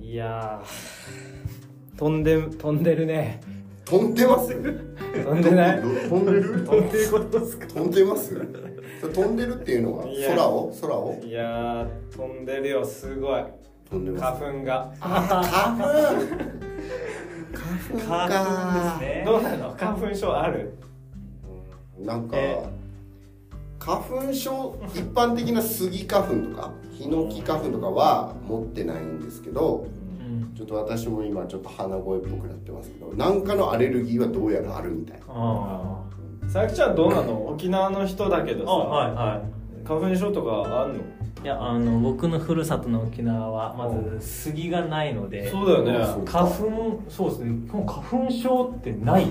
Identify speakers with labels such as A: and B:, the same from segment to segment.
A: やー飛んで飛んでるね
B: 飛んでます
A: 飛んでない
B: 飛んでる
A: 飛んでることですか
B: 飛んでますそれ飛んでるっていうのはい
A: や
B: 空を空を
A: いやー飛んでるよすごい
B: 飛んでます
A: 花粉が
B: 花粉花粉か
C: ね
A: どうなの花粉症ある
B: なんか
A: え
B: 花粉症一般的なスギ花粉とかヒノキ花粉とかは持ってないんですけど
C: うん
B: ちょっと私も今ちょっと鼻声っぽくなってますけど何かのアレルギーはどうやらあるみたい
C: あ
A: さやきちゃんどうなの沖縄の人だけど
C: ー
A: さ、
C: あはいは
A: 花粉症とかあんの
C: いいやあの僕のふるさとの沖縄はまず杉がないので
A: そうだよね
C: 花粉そうですねもう花粉症ってない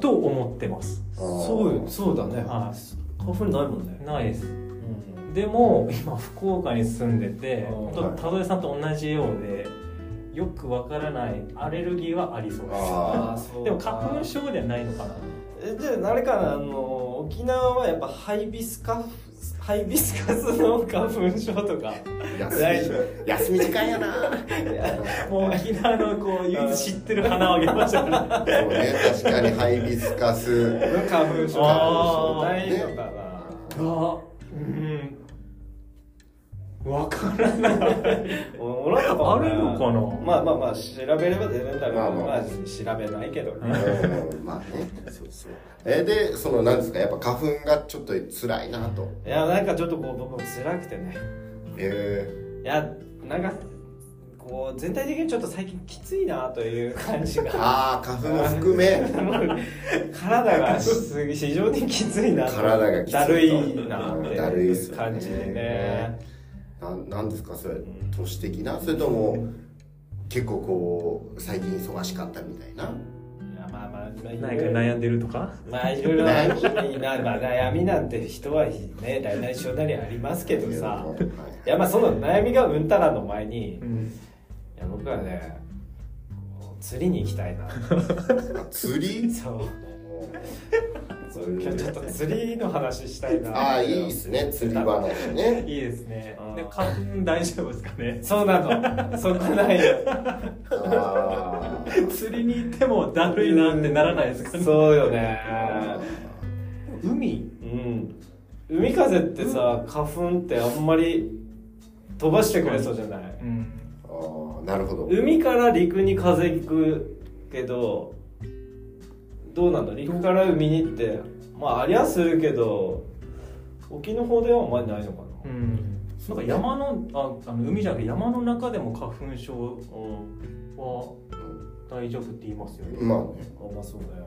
C: と思ってます
A: そうよそうだね
C: は
A: 花粉ないもんね
C: ないです
A: うん
C: でも今福岡に住んでて
A: あー
C: ほんと田添さんと同じようでよくわからないアレルギーはありそうです
B: あ
A: あーそう
C: でも花粉症ではないのかな
A: えじゃああれかなあの沖縄はやっぱハイビスカスハイビスカスの花粉症とか
B: ー休み休み時間やな
C: もう沖縄のこう唯一知ってる花をあげましたから
B: そうね確かにハイビスカス
A: の花粉症
C: あー
A: ないのかな
C: あうんわからない
A: おおらんのかな
C: あるのかな
A: まあまあまあ調べれば出るんだろう
B: ま
A: ま
B: あ
A: あ、
B: まあ
A: 調べないけどね
B: うんまあねそうそうえでそのなんですかやっぱ花粉がちょっと辛いなと
A: いやなんかちょっとこう僕も辛くてね
B: え
A: いやなんかこう全体的にちょっと最近きついなという感じ
B: ー、
A: が
B: ああ花粉も 含め
A: 体がし非常にきついなと
B: 体がきついと
A: だるいなって
B: だるいっすよね
A: 感じでね
B: ななんですかそれ都市的なそれとも結構こう最近忙しかったみたいない
A: やまあまあまあ
C: 何か悩んでるとか
A: まあいろいろあるしなまあ悩みなんて人はね大なり小なりありますけどさ
B: はい
A: いやまあその悩みがうんたらの前にい
C: ん
A: や僕はねこう釣りに行きたいな
B: あ 釣り
A: そうそう今日ちょっと釣りの話したいな
B: ああいいっすね釣り話ね
C: いいですね
A: あー
C: で花粉大丈夫ですかね
A: そうなのそこないよ
B: あー
C: 釣りに行ってもだるいなってならないですかね
A: そうよね
C: 海
A: うん海風ってさ花粉ってあんまり飛ばしてくれそうじゃない
C: うん
B: あーなるほど
A: 海から陸に風行くけどどうなんだ陸から海にってまあありゃするけど沖の方ではあんまりないのかな
C: なんか山のああの海じゃなくて山の中でも花粉症は大丈夫って言いますよね、
B: まあね
A: あまあそうだよ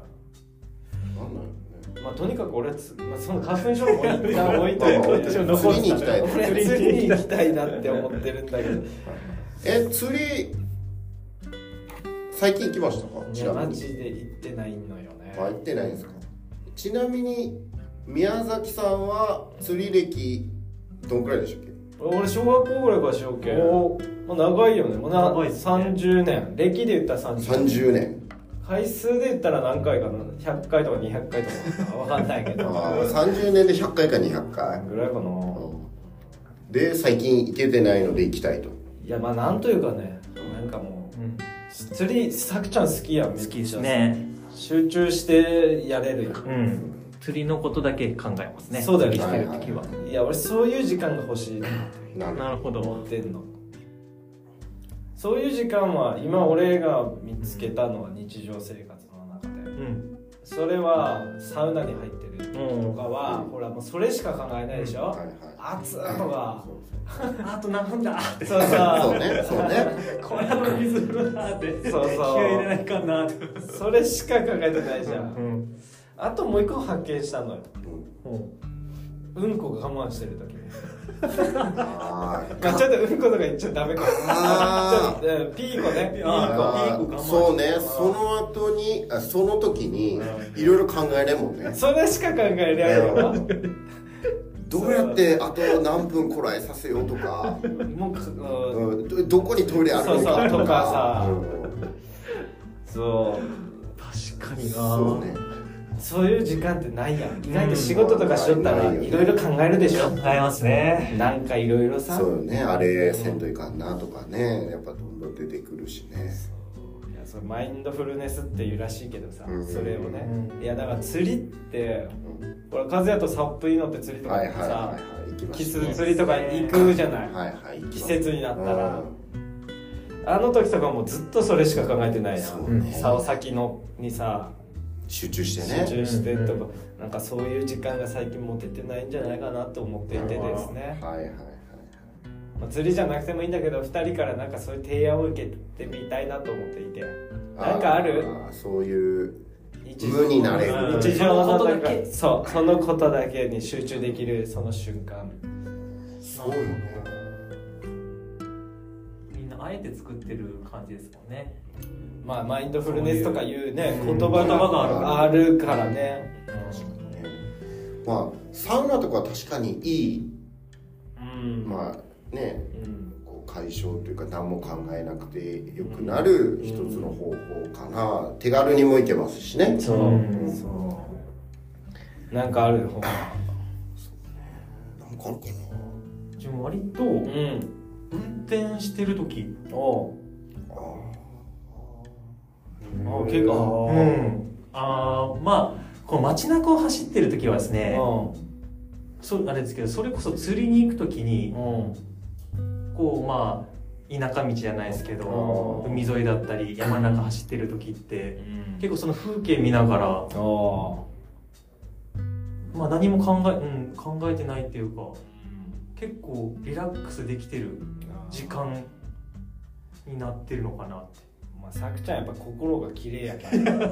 B: なんだろ
A: まあとにかく俺はつ、まあ、その花粉症も一 旦置いとい
B: まあまあ
A: て
B: 置いといて釣りに行きたい
A: 俺釣りに行きたいなって思ってるんだけど
B: うねえ釣り最近行きましたか
A: い
B: ち
A: や
B: なみ
A: マ
B: に
A: ジで行ってないのよね
B: あ行ってないんですかちなみに宮崎さんは釣り歴どんくらいでしたっけ
A: 俺小学校ぐらいからしようけ
C: お
A: まあ長いよねもうな
C: 長いっすね
A: 30年歴で言ったら30年
B: 30年
A: 回数で言ったら何回かな100回とか200回とかわかんないけど
B: あー30年で100回か200回
A: ぐらいかな
B: うんで最近行けてないので行きたいと
A: いやまあなんというかねなんかも
C: うん、
A: う釣りさくちゃん好きやん好
C: 好きですね
A: 集中してやれるやん
C: うん釣りのことだけ考えますね
A: そうだよね
C: ねしてる時は、
A: いや俺そういう時間が欲しいなって
B: なる
C: なるほ
A: 思
C: ど
A: ってんのそういう時間は今俺が見つけたのは日常生活の中で
C: うん
A: それはサウナに入ってる時とか
C: も
A: は
B: うん
A: ほらもうそれしか考えないでし
B: は
A: ょ
B: いはい
A: 暑いとか
B: そう
C: う あと何分だ って
A: そう
B: そうそ
A: そう
B: ねそう ね
C: これ後水風呂だって
A: そうそう
C: 気合い入れないかなって
A: それしか考えてないじゃん
C: ん
A: あともう一個発見したのよ
B: うん
A: うんこが我慢してる時ね
B: あー
A: まあちょっとうんことか言っちゃダメか
B: あー
A: ちょっとうんピーコねピーコ
B: あ
C: いい子
B: ー
C: いい子我慢
B: そうねその後にあその時にいろいろ考えれんもんね
A: それしか考えられないわ
B: どうやってあと何分こらえさせようとか、
A: もうかうん
B: うん、どどこにトイレある
A: そう
B: のか
A: そうと
B: と
A: かさ
B: か
A: そう
C: 確
B: う
C: か
B: ん
C: にな
B: そうね
A: そういう時間ってないやん意外と仕事とかしとったら
B: うん
A: いろいろ考えるでしょ
C: 考えますね
A: なんかいろいろさ
B: そうよねあれせんといかんなとかねやっぱどんどん出てくるしね
A: いやそれマインドフルネスっていうらしいけどさ、
B: うん
A: それをね、
C: うん
A: いやだから釣りって
B: うん
A: 俺和也とサップいいのって釣りとか
B: は
A: っ
B: い
A: て
B: はい
A: さ、
B: はいはい行きま
A: キ
B: し
A: ス
B: たね
A: 釣りとか行くじゃない、
B: はいはい行きまし
A: 季
B: た
A: 節になったら
B: うん
A: あの時とかもずっとそれしか考えてないや
B: そ
A: ん
B: うね
A: 竿先のにさ
B: 集中して
A: 集中
B: ね
A: してと
C: う
A: か、なんかそういう時間が最近持ててないんじゃないかなと思っていてですね、
B: はいはいはいはい
A: まあ、釣りじゃなくてもいいんだけど2人からなんかそういう提案を受けてみたいなと思っていてなんかある
B: ーそういう
A: 日
B: 無になれ
C: る
A: 日常の
C: そ
A: な
C: のこと
A: んか
C: だけ
A: そうそのことだけに集中できるその瞬間
B: そうよね
C: みんなあえて作ってる感じですもんね
A: まあマインドフルネスとかいうね
C: そういう
A: 言葉
C: 言葉
A: が
B: が
A: あ
B: あ
A: るからね
B: まあサウナとかは確かにいい
A: うん
B: まあね
A: うん
B: こう解消というか何も考えなくてよくなる一つの方法かな手軽にもいけますしね
A: そう
C: うん
A: そうなんかあるほ
B: なんかあるか
C: 自分割と
A: うん
C: 運転してる時
A: おう
B: なあ
A: あ結構
C: うんあーまあこう街中を走ってる時はですねそうあれですけどそれこそ釣りに行く時に
A: うん
C: こうまあ田舎道じゃないですけど
A: あー
C: 海沿いだったり山の中走ってる時って
A: うん
C: 結構その風景見ながら、
A: 構
C: まあ、何も考え,、うん、考えてないっていうか結構リラックスできてる時間になってるのかなって
A: まあさくちゃんやっぱ心が綺麗やから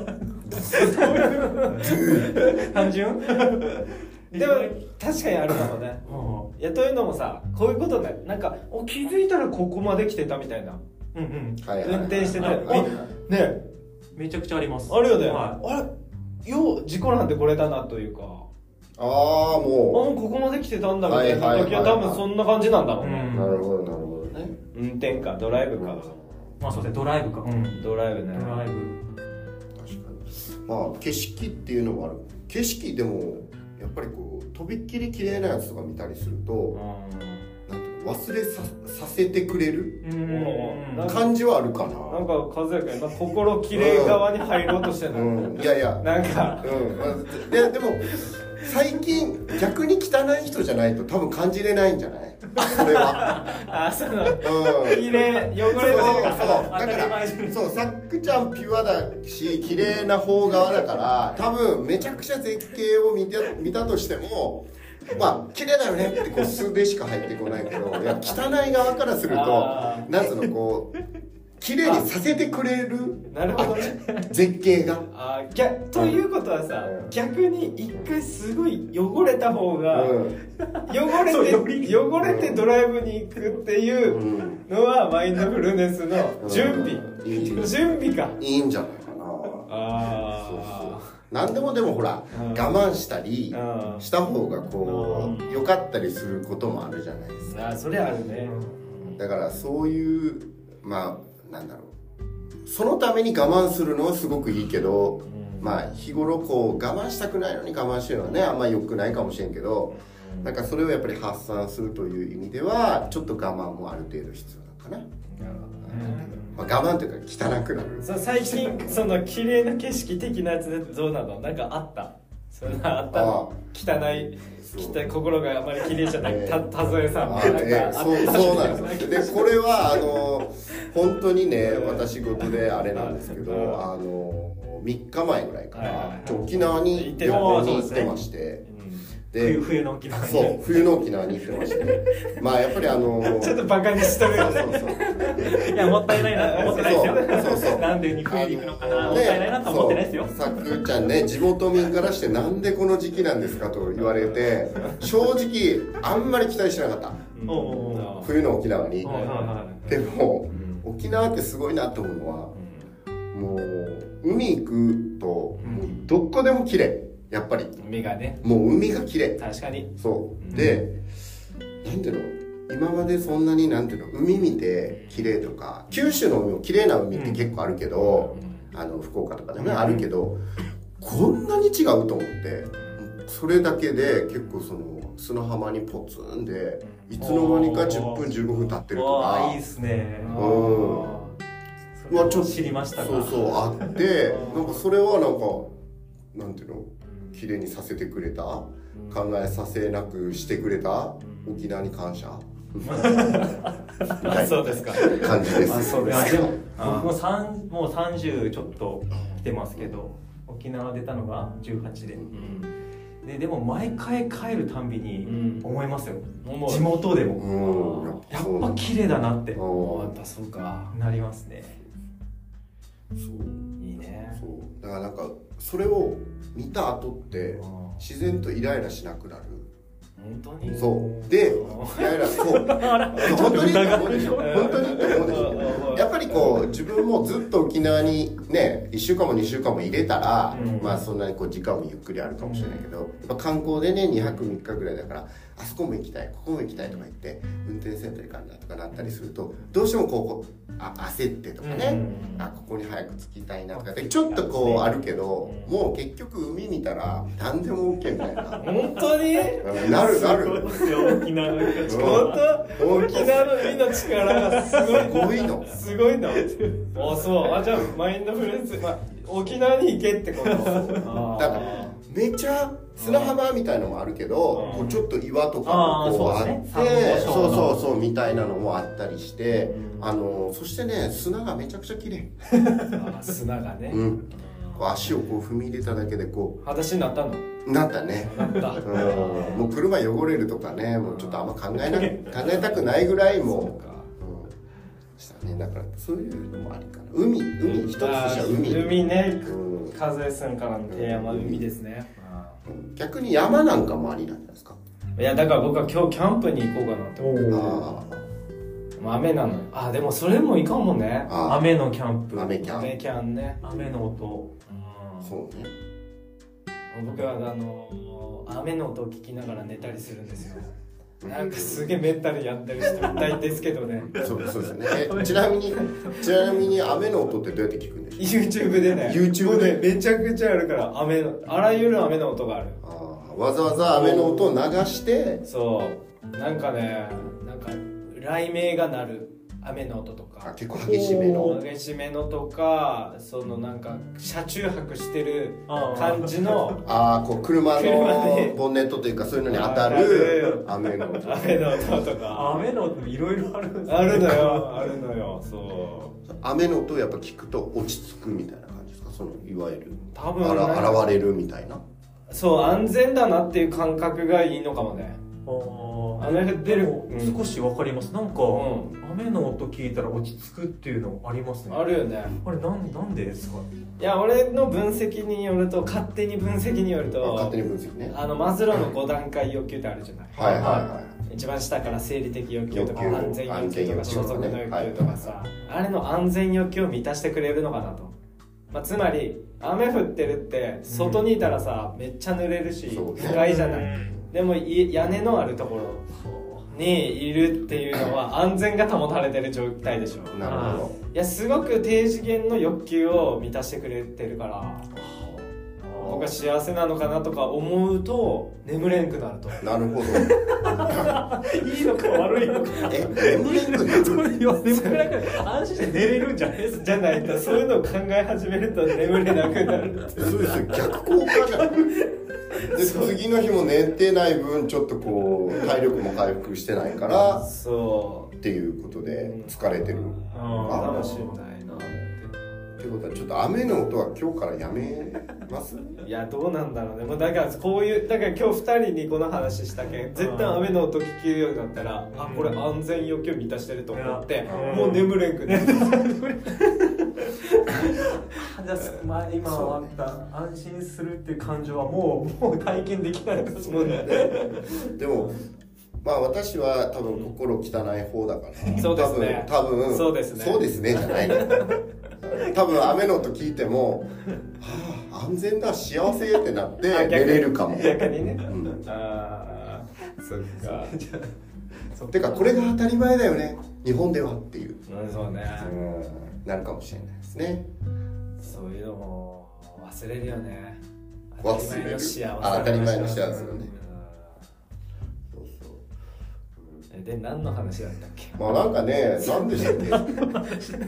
C: 単純
A: でも確かにあるかもね
C: も
A: いやというのもさこういうことねなんかお気づいたらここまで来てたみたいな
C: うんうん
B: はいはいは
A: 運
B: い
A: 転して
C: たら
B: はいはい
A: ねえ
C: めちゃくちゃあります
A: あるよね、
C: は
A: あれよう事故なんてこれだなというかあ
B: ああも
A: もうここまで来てたんだみたいな
B: はいはい
A: 時
B: はいは
A: はい多分そんな感じなんだろ
C: いう
A: ね、
B: うんなるほどなるほどね
A: 運転かドライブか
C: まあそうですねドライブかうん
A: ドライブ
C: ド
A: ね
C: ライ
B: 確か
C: ブ
B: にまあ景色っていうのもある景色でもやっぱりこうとびっきり綺麗なやつとか見たりする
A: う
B: と、なんていうの忘れささせてくれる
C: うん
A: うんなんか
B: 感じはあるか
A: んなん
B: な
A: か和也君今心綺麗側に入ろうとしてるの、
B: うんいやいや
A: なんか
B: うんまあででも最近逆に汚い人じゃないと多分感じれないんじゃないそれは
A: あその
B: うん
A: 綺麗汚れてる
B: そうそう
A: から
B: だ
C: 当たり
B: か
C: 前
B: ら
C: じゃん
B: そうさっくちゃんピュアだし綺麗な方側だから多分めちゃくちゃ絶景を見て見たとしてもまあ綺麗だよねってこう素でしか入ってこないけどいや汚い側からする
A: あ
B: となんつうのこう綺麗にさせてくれる
A: なるほどね
B: 絶景が
A: あー逆ということはさ、
B: うん
A: 逆に一回すごい汚れた方が、
B: う
A: 汚れ
C: そうよ
A: て
C: り
A: 汚れてドライブに行くってい
B: ん、
A: う
B: うん
A: のはマインドフルネスの準備、
B: うんいい準備
A: 準備か
B: いいんじゃないかなそうそう
A: あ
B: 何でもでもほら、
A: うん
B: 我慢したり
A: うん
B: した方がこう、
A: う
B: 良かったりすることもあるじゃないですか
A: あそれあるね
B: だからそういうまあなんだろうそのために我慢するのはすごくいいけど、まあ日頃こう我慢したくないのに我慢してるのはねあんま良くないかもしれんけどなんかそれをやっぱり発散するという意味ではちょっと我慢もある程度必要なのか
A: なるほど
C: う
A: ね
C: ん
B: な、まあ、我慢というか汚くなる
A: そう最近その綺麗な景色的なやつでどうなのなんかあったそんなあった
B: ああ
A: の汚い
B: そう
A: 汚い心があまり綺麗じゃない
B: ええ
A: た田添さん
B: あ
A: なんか
B: ええ
A: あ
B: そうそうなんですでこれはあの本当にね
A: うん
B: 私事であれなんですけど
A: うん
B: あの3日前ぐらいか
A: はいはいは
B: ら
A: い
B: ちょ沖縄に旅行に行ってましてで
C: 冬冬の沖縄に
B: そう冬の沖縄に行ってましてまあやっぱりあの
A: うんちょっとバカにしとるよね
B: そうそうそう
C: いやもったいないなと思ってないです
B: そう
C: よ
B: そうそう
C: なんで冬に行くのかなも
B: あ
C: っ
B: ね
C: たいないなと思ってないですよ
B: そうさくちゃんね地元民からしてなんでこの時期なんですかと言われて正直あんまり期待してなかった
A: うん
C: おうおう
A: ああ
B: 冬の沖縄に
C: うんはいは
B: でも
A: うん
B: 沖縄ってすごいなと思うのはもう海行くともうどこでも綺麗やっぱり
A: 目がね
B: もう海が綺麗
A: 確かに
B: そうでなんていうの今までそんなになんていうの海見て綺麗とか九州の海も綺麗な海って結構あるけど、あの福岡とかでもねあるけど、こんなに違うと思ってそれだけで結構その砂浜にポツンでいつの間にか10分15分経ってると
C: わあ
B: か
C: いいっすね
B: うんはちょっと
C: 知りましたが
B: そう そうあってなんかそれはなんかなんていうの綺麗にさせてくれた考えさせなくしてくれた沖縄に感謝みた
A: あ
B: いな
A: そうですか
B: 感じです
A: あそうです
C: まあでも
A: あ
C: 僕も三もう30ちょっと来てますけど沖縄出たのが18で
A: うん
C: ででも毎回帰るたんびに
A: ん
C: 思いますよ
A: 思う
C: 地元でも
B: うんやっ
C: や
B: ぱ
C: っ
B: そう
C: ぱ綺麗だなって
A: あや
B: う
A: っぱそうか
C: なりますね
B: んそう
A: いいね
B: そうだからなんかそれを見た後って
A: うん本
B: 自然とイライラしなくなる
A: 当に
B: そうでイライラそう本当にって思うでしょ本当にって思うでしょやっぱりこう自分もずっと沖縄にね1週間も2週間も入れたら、
A: うん
B: まあそんなにこう時間もゆっくりあるかもしれないけど、やっぱ観光でね2泊3日ぐらいだからあそこも行きたいここも行きたいとか言って運転せんといかんなとかなったりするとどうしてもこうこうあ焦ってとかね、
A: うん
B: あここに早く着きたいなとかってちょっとこうあるけど、
A: うん
B: もう結局海見たら何でも OK みた いな
A: 本当に
B: なるな
C: そう
B: る
C: ですよ沖縄の人たち
B: うん
A: 本当
B: 大き
A: 沖縄の海の力がすごい
B: すごいの
A: すごいんだあそうあじゃあマインドフルネス、まあ、沖縄に行けってことあ
B: だからめちゃ砂浜みたいのもあるけど、
A: うん
B: こうちょっと岩とか
C: あー
B: もこうあ
C: そ
B: っ
C: う
B: て
C: で、す
B: そう
C: ね珊瑚礁
B: そう
C: の
B: そうみたいなのもあったりして、
A: うん
B: あのそしてね砂がめちゃくちゃ綺麗、
A: あ砂がね、
B: うん、こう足をこう踏み入れただけでこ
A: 裸足になったの
B: うなったね
A: なった
B: うん、もう車汚れるとかねもうちょっとあんま考えな考えたくないぐらいもううんしたねだからそういうのもありかな海海一つとしては海、
A: 海ね
B: うん
A: 風すんからのテーマ海ですね、
B: 逆に山なんかもありなんじゃないですか、
A: いやだから僕は今日キャンプに行こうかなって思う
B: あ
A: まあ雨なのよあでもそれもいかんもね
B: ああ
C: 雨のキャンプ
B: 雨キャン
A: 雨キャンね、
C: 雨の音
A: うん
B: そうね
A: 僕はあの雨の音を聞きながら寝たりするんですよなんかすげえメンタルやったりして痛いですけどね
B: そうそうですね えちなみにちなみに雨の音ってどうやって聞くんでしょう
A: YouTube でね
B: YouTube で
A: もうねめちゃくちゃあるから雨のあらゆる雨の音がある
B: ああわざわざ雨の音を流して
A: そうなんかねなんか雷鳴が鳴る雨の音と
B: あ
A: か
B: 結構激しめの
A: 激しめのとかそのなんか車中泊してる
C: あー
A: 感じ の
B: ああこう車
A: 車
B: の
A: で
B: ボンネットというかそういうのに当た
A: 当たる
B: る雨の音
A: 雨の音とか
C: 雨の音いろいろあるんですね
A: あるのよあるのよそう
B: 雨の音をやっぱ聞くと落ち着くみたいな感じですかそのいわゆる
A: 多分
B: あ
A: ね
B: ら現れるみたいな
A: そう安全だなっていう感覚がいいのかもね
C: あ
A: 雨が出るうん
C: 少しわかりますなんか、
A: う
C: 雨の音聞いたら落ち着くっていうのありますね
A: あるよね
C: あれなんなんでですか
A: いや俺の分析によると勝手に分析によると
B: 勝手に分析ね
A: あのマズローの5段階欲求ってあるじゃない
B: はいはいは
A: 一番下から生理的欲求とか
B: 欲求
A: 安全欲求とか
B: 安
A: 所
B: 全欲求
A: 属の欲求とかさ、あれの安全欲求を満たしてくれるのかなと、まあ、つまり雨降ってるって外にいたらさ、めっちゃ濡れるし
B: そうね
A: 不快じゃないでもい屋根のあるところにいるっていうの は安全が保たれてる状態でしょ
B: いなるほ
A: いやすごく低次元の欲求を満たしてくれてるから僕は幸せなのかなとか思うと眠れんくなると
B: どなるほど
A: いいのか悪いのか
B: え眠れんくなる
C: れ言わせて安心して寝れるんじゃない です
A: じゃないとそういうのを考え始めると眠れなくなる
B: そうですよ逆効果じゃんで次の日も寝てない分ちょっとこう体力も回復してないから
A: そう
B: っていうことで疲れてる
A: かもしれないな
B: ってことはちょっと雨の音は今日からやめます
A: いやどうなんだろうねもうだからこういうだから今日2人にこの話したけん絶対雨の音聞けるようになったらあこれ安全欲求満たしてると思って
C: うん
A: もう眠れんくなる
C: じゃあ、まあ、今終わった安心するっていう感情はもうもう体験できないですもんね
B: でもまあ私は多分心汚い方だから
A: そうですね
B: 多分多分
A: そうですね
B: そうですねじゃないの多分雨の音聞いても「はあ安全だ幸せ」ってなって
A: あ
B: 寝
A: 逆に
B: れるかも、
A: 逆にね
B: うん、
A: ああそっか
B: てかこれが当たり前だよね日本ではっていう、
A: うんそうね
B: うん、なるかもしれないですね
A: そういうのも忘れるよね
B: 忘れるあ当たり前の幸せだ
A: う
B: ね
A: ん
B: そうそう
A: えねで何の話だったっけ
B: まあなんかね、なんでしたっけ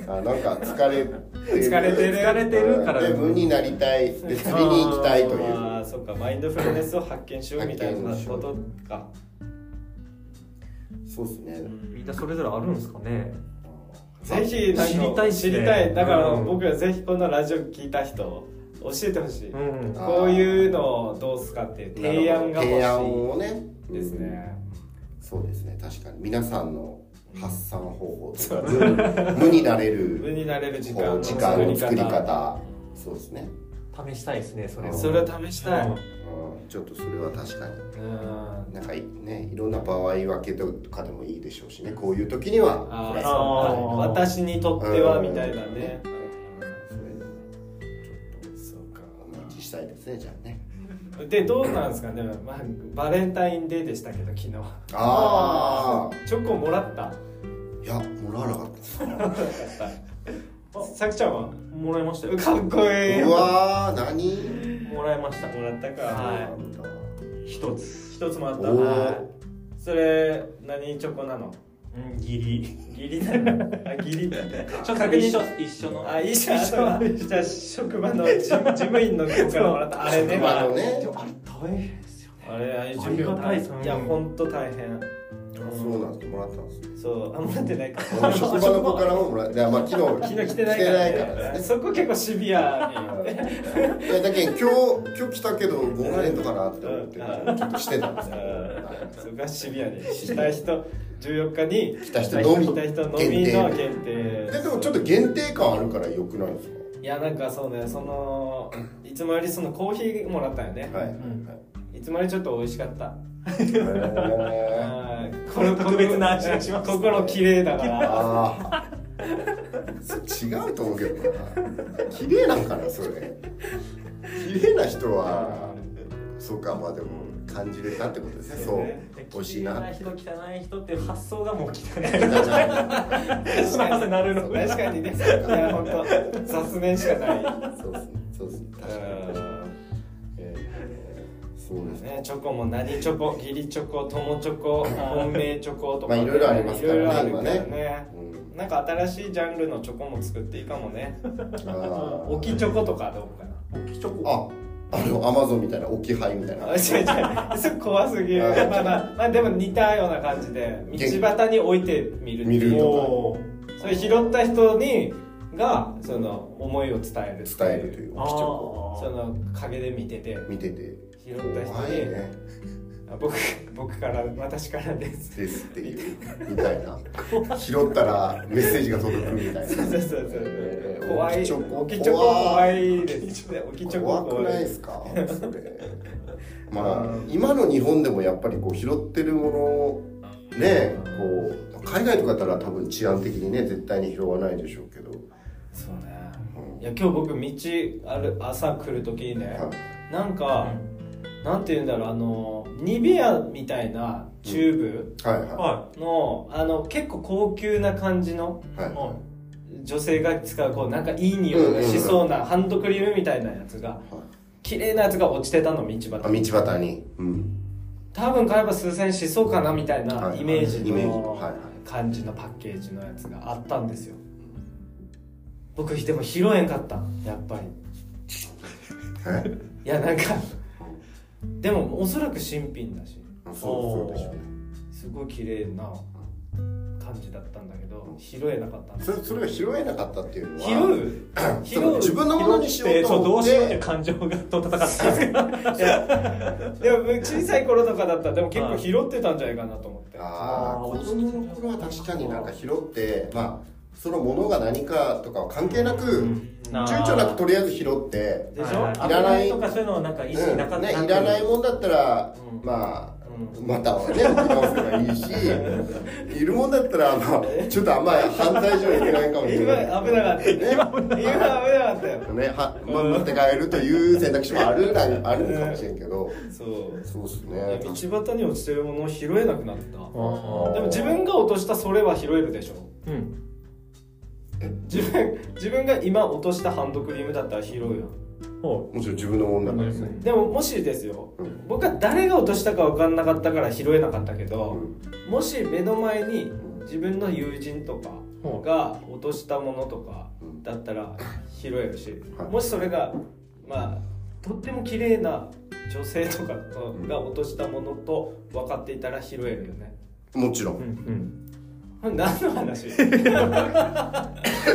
B: あなんか疲れてる
A: 疲れてる
C: 疲れてるから
B: で、無になりたい。で、釣りに行きたいとい
A: あー
B: う。
A: まあそっかマインドフルネスを発見しようみたいなことか
B: そうですね。
C: みんなそれぞれあるんですかね
A: ぜひなんか
C: 知りたいっす
A: 知
C: ね
A: りたいだから
C: うん
A: 僕はぜひこのラジオ聞いた人教えてほしい、
C: うん
B: あ
A: こういうのをどうすかっていう提案が
B: 提案
A: 欲
B: をね。
A: しいですね、
B: うん。そうですね、確かに。皆さんの発散方法とか、無無になれ
A: 無
B: る
A: になれる時間
B: こう
A: の
B: 時
A: 作
B: 間の
A: り
B: 作り
A: 方
B: 方。そうですね。
C: 試したいですねそれを
A: それは試したい、
C: うん
B: うんちょっとそれは確かに。
A: うん
B: なんかいね、いろんな場合分けとかでもいいでしょうしね、こういう時には、
A: あ
B: こ
A: ー
B: れ
C: あ
A: そう
C: ー
A: 私にとってはみたいなね、
B: それで
A: そうか
B: お待ちしたいですね、じゃあね。
A: でどうなんですかね、まあ、バレンタインデーでしたけど昨日
B: あ
A: チョコもらった
B: あ、いや、もらわなかったです。
A: さくちゃんは
C: もらいましたよ
A: かっこいいう
B: わー、何
C: もらいました
A: もらったか、
C: は
B: はい
C: 一つ
A: 一つもらった
B: おー
A: はいそれ何チョコなの
C: うんギリ
A: ギリなのあギ リって
C: ちょっと
A: 確認
C: 一緒一緒の
A: あいいじ ゃんじゃあ職場の事事務員の子からもらったあれね
B: 職場のね
C: でもあれ大変ですよね
A: あれあれ
C: ありがたい
A: いや本当大変
B: そうなんです、もらったんですね。
A: そうあんまってないか
B: 俺職場の子からももらった。いやまあ、 昨日、
A: 昨日来てないから,、
B: 来てないからですね。
A: そこ結構シビアに
B: いやだけど今日今日来たけどごめんとかなって思ってちょっとしてたんですけどはい
A: そこがシビアにしたい人14日に
B: 来た人のみ
A: 来た人のみの限定
B: ででもちょっと限定感あるからよくないですか
A: いやなんかそうねそのいつもよりそのコーヒーもらったよね、
B: はい、
C: ん
A: い、つもよりちょっと美味しかった
B: へー
A: あー
C: これ特別な味がします
A: 心綺麗だから
B: ああそれ違うと思うけどな綺麗なんかなそれ綺麗な人はそうかまあでも感じれたってことですねそう美味しいな
C: 汚い人汚い人っていう発想がもう汚い
A: 確
C: 幸 せなるの
A: 確かにねいや本当雑念しかない
B: そうですねそうですね確かにそうですね
A: ね、チョコも何チョコ、義理チョコ、友チョコ、本命チョコとか、
B: まあいろいろありますからね
A: いろいろあるから
B: 今
A: ね。
B: うん
A: なんか新しいジャンルのチョコも作っていいかもね。
B: あー
A: 置きチョコとかどうかな。
C: 大きいチョコ
B: ああのアマゾンみたいな置き配みたいな
A: あ違う違う、それ怖すぎる。
B: はい
A: まあまあ、まあでも似たような感じで、道端に置いてみるって
B: 見
A: い
B: る
A: う。
B: と
C: おー
A: それ拾った人に、が、その思いを伝える。
B: 伝えるという
C: あ
B: 置きチョコ
C: ー
A: その陰で見てて、
B: 見てて
A: 拾った人
B: 怖い
A: に、
B: ね
A: あ僕、僕から、私からです。
B: ですっていうみたいな拾ったらメッセージが届くみたい
A: そう
B: な
A: そうそうそう。怖い。
B: 置
A: 置
B: き
A: き
B: チ
A: チ
B: ョ
A: ョ
B: コ
A: コ怖いですね。置きチョコ
B: 怖く
A: 怖
B: ない
A: い
B: で。すかそれまあ今の日本でもやっぱりこう拾ってるものをねこう海外とかだったら多分治安的にね絶対に拾わないでしょうけど、
A: そうね。
B: うん
A: いや今日僕道ある朝来る時にね、
B: はい
A: なんか、なんて言うんだろうあのニベアみたいなチューブ
B: はいはいは
C: は
A: の、あの結構高級な感じの
B: い
C: いは
B: はい
A: 女性が使うこうなんかいい匂いがしそうなハンドクリームみたいなやつが綺麗なやつが落ちてたの道
B: あ
A: 端に
B: 道端に、うん、
A: 多分買えば数千円しそうかなみたいな
B: はい
A: イメージ
B: イメージ
A: の
B: はいはい
A: 感じのパッケージのやつがあったんですよ僕でも拾えんかったやっぱり
B: はい
A: いやなんかでもおそらく新品だし
B: そうそうでしょうね
A: すごい綺麗な感じだったんだけど拾えなかったんです
B: それそれが拾えなかったっていうのは
A: 拾 う拾
B: その
A: う
B: 自分のものにしようと思っ
C: 拾っててそうどうしようっていう感情がと戦ってたんですけど
A: いやでも小さい頃とかだったらでも結構拾ってたんじゃないかなと思って
B: ああ
C: あー
B: 子供の頃は確かになんか拾ってまあそのものが何かとかは関係なく、
C: な
B: 躊躇なくとりあえず拾って
A: でしょ、
C: はい
B: らない
C: 危とかそういうのはなんか意
B: う
C: 識
B: ん
C: なかった
B: ね、いらないもんだったら、
A: うん
B: まあ
A: う
B: またはね送り直せばいいしいるもんだったら、まあ、ちょっとあんまり犯罪上いけないかもしれ
A: 今
B: ない
A: 危なかった
B: ね
A: 今危なかったよ
B: ねは、まあ、持って帰るという選択肢もあるなんあるのかもしれんけど、
A: そう
B: そうです
A: いや
B: ね
A: 道端に落ちてるものを拾えなくなってた
C: あ
A: でも自分が落としたそれは拾えるでしょ
C: うん
A: 自分自分が今落としたハンドクリームだったら拾うよ
C: は
B: もちろん自分のもんだからね、
A: でももしですよ
B: うん
A: 僕は誰が落としたか分かんなかったから拾えなかったけど、もし目の前に
B: うん
A: 自分の友人とか
C: い
A: が落としたものとか
B: うん
A: だったら拾えるし、
B: はい
A: もしそれがまあとっても綺麗な女性とかと
B: うん
A: が落としたものと分かっていたら拾えるよね。
B: もちろ
C: うん
B: ん
C: うん
A: 何の話い
C: 僕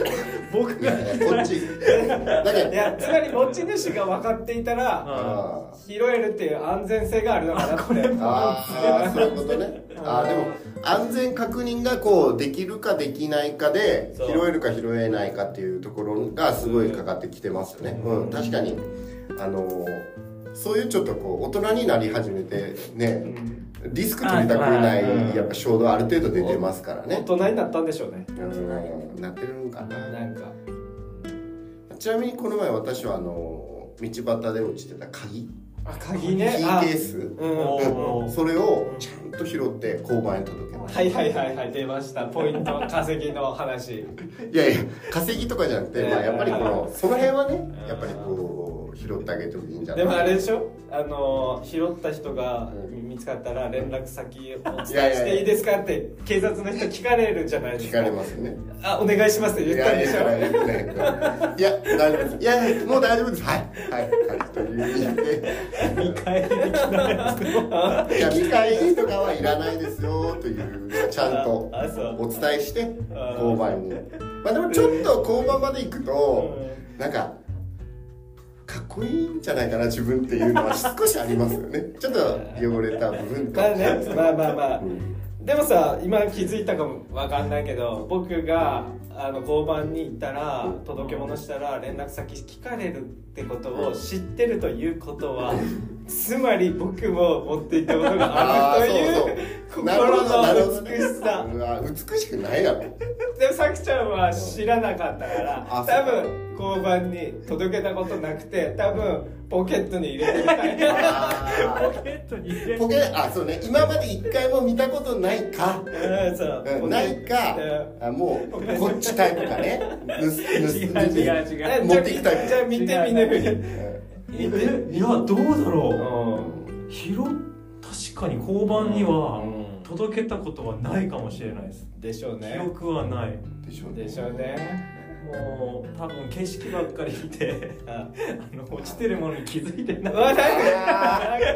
B: いやいやこっちだけど
A: やつまり持ち主が分かっていたら
B: あ
A: 拾えるっていう安全性があるのかなって
B: ーあーそういうことねあーでも安全確認がこうできるかできないかで拾
A: そう
B: えるか拾えないかっていうところがすごいかかってきてますよね、うん確かにあのーそういうちょっとこう大人になり始めてね
A: うん
B: リスク取りたくな
A: はいはい
B: いやっぱ衝動ある程度出てますから
A: 大
B: ね
A: 人になったんでしょうね
B: うんなってるんかな
A: なんか
B: ちなみにこの前私はあのー道端で落ちてた鍵
A: あ鍵
B: キ
A: ね
B: ー
A: あ
B: ケース
A: うん
C: おー
B: それをちゃんと拾って交番へ届けまし
A: はいはいはいはい出ましたポイント化石の話
B: たいやいや稼ぎとかじゃなくて、まあ、やっぱりこのその辺は
A: う
B: ね
A: ん
B: やっぱりこう拾ってあげてもいいんじゃ
A: で
B: ない
A: もあれでしょあの拾った人が
B: うん
A: 見つかったら連絡先をお伝え
B: いやいやいや
A: していいですかって警察の人聞かれるじゃないです
B: 聞
A: か
B: かれますよね
A: あお願いしますって言ったんでしょ
B: いやいやいやいや大丈夫ですいやいやもう大丈夫ですはいはいはいという言って
C: 見返り的なやつ
B: いや見返りとかはいらないですよというちゃんと
A: ああそう
B: お伝えして交番にまあでもちょっと交番まで行くとなんかかっこいいんじゃないかな自分っていうのは少しありますよ ねちょっと汚れた部分か
A: まあ
B: もしれないで
A: ね
B: すけど
A: まあまあまあ
B: うん
A: でもさ今気づいたかもわかんないけど僕があの交番に行ったら届け物したら連絡先聞かれるってことを知ってるということはつまり僕も持っていったことがあるとい
B: あーそう
A: う
B: そうなるほ
A: 心
B: どなるほど
A: の美しさ
B: うわ美しくないだろ
A: でもさきちゃんは知らなかったか
B: あ
A: ら
B: そう
A: 多分交番に届けたことなくて多分ポケットに入れてみたいな
B: あ
C: ポケットに入れ
B: ーポケあそうね今まで一回も見たことないか
A: うん そう
B: う
A: ポケ
B: んないか
A: うん
B: あもうこっちタイプかね盗 盗
C: 違う違う
B: う
C: 違
A: え
C: う
A: じゃ
B: 持
A: あ
B: ってきた
A: じゃあ見て見て見て
C: えいやどうだろ
B: う
A: うん
B: ん
C: う拾っ確かに交番には
A: うん
C: 届けたことはないかもしれないです
A: でしょう
C: 記
A: ね
C: 憶はない
B: でしょうね
A: でしょうね
C: もう多分景色ばっかり見て
A: あ
C: あの落ちてるものに気づいてな
A: う
C: い
A: わなんか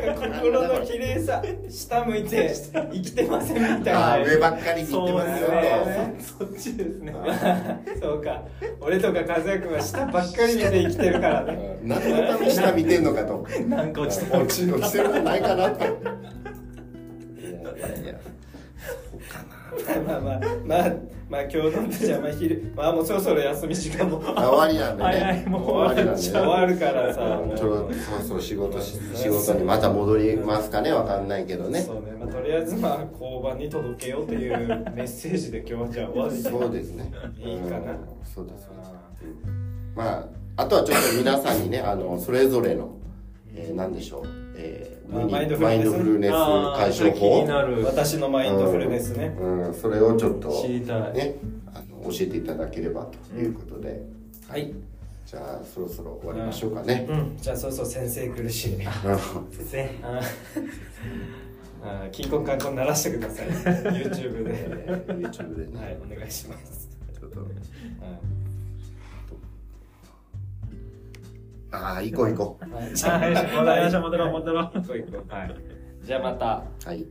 A: なんか心の綺麗さ下向いて生きてませんみ
B: あ
A: たい
B: ー
A: な
B: 上ばっかりに行ってますよ
A: そうだ
B: と
A: ね
C: そっちですね
A: そうか俺とか和也君は下ばっかり見て生きてるからね
B: 何のために下見てんのかと
C: なんか落ちて
B: 落
C: る
B: ち落ちてるんじゃないかなといやいやいや
A: まあまあまあまあ今日飲んでじゃあまあ昼まあもうそろそろ休み時間も
B: あ終わりなんでね
C: 早いもう
B: 終わりなんで
A: 終
B: ね
A: わるからさもう
B: ちょそうそう仕事し仕事にまた戻りますかねわかんないけどね
A: そうね、まあ、とりあえずまあ交番に届けようというメッセージで今日はじゃあ終わり
B: そうですね
A: いいかな
B: うんそうですそうですまああとはちょっと皆さんにねあのそれぞれの、えー、何でしょう、えー、
A: あ
B: 無に
A: マインドフルネス
B: マインドフルネス
C: あー
B: 解
C: それ
B: 消
C: 気に
B: 法
C: なる
A: 私のマインドフルネスね、
B: うん、それをちょっと
C: 知りたい
B: ねあの教えていただければということで、
A: はい、
B: じゃあそろそろ終わりましょうかね、
A: うん、じゃあそうそう先生苦しい
B: うん
C: ね
A: あーあー金婚観光鳴らしてください YouTube
B: え
A: で
B: ー YouTube でね、
A: はいお願いします、
B: ちょっと
A: うん
B: ああ行こう行こ
A: はい、
C: はい戻ろう戻ろう戻ろう
A: 行こう行こうはいじゃあまたは
B: うはい
A: い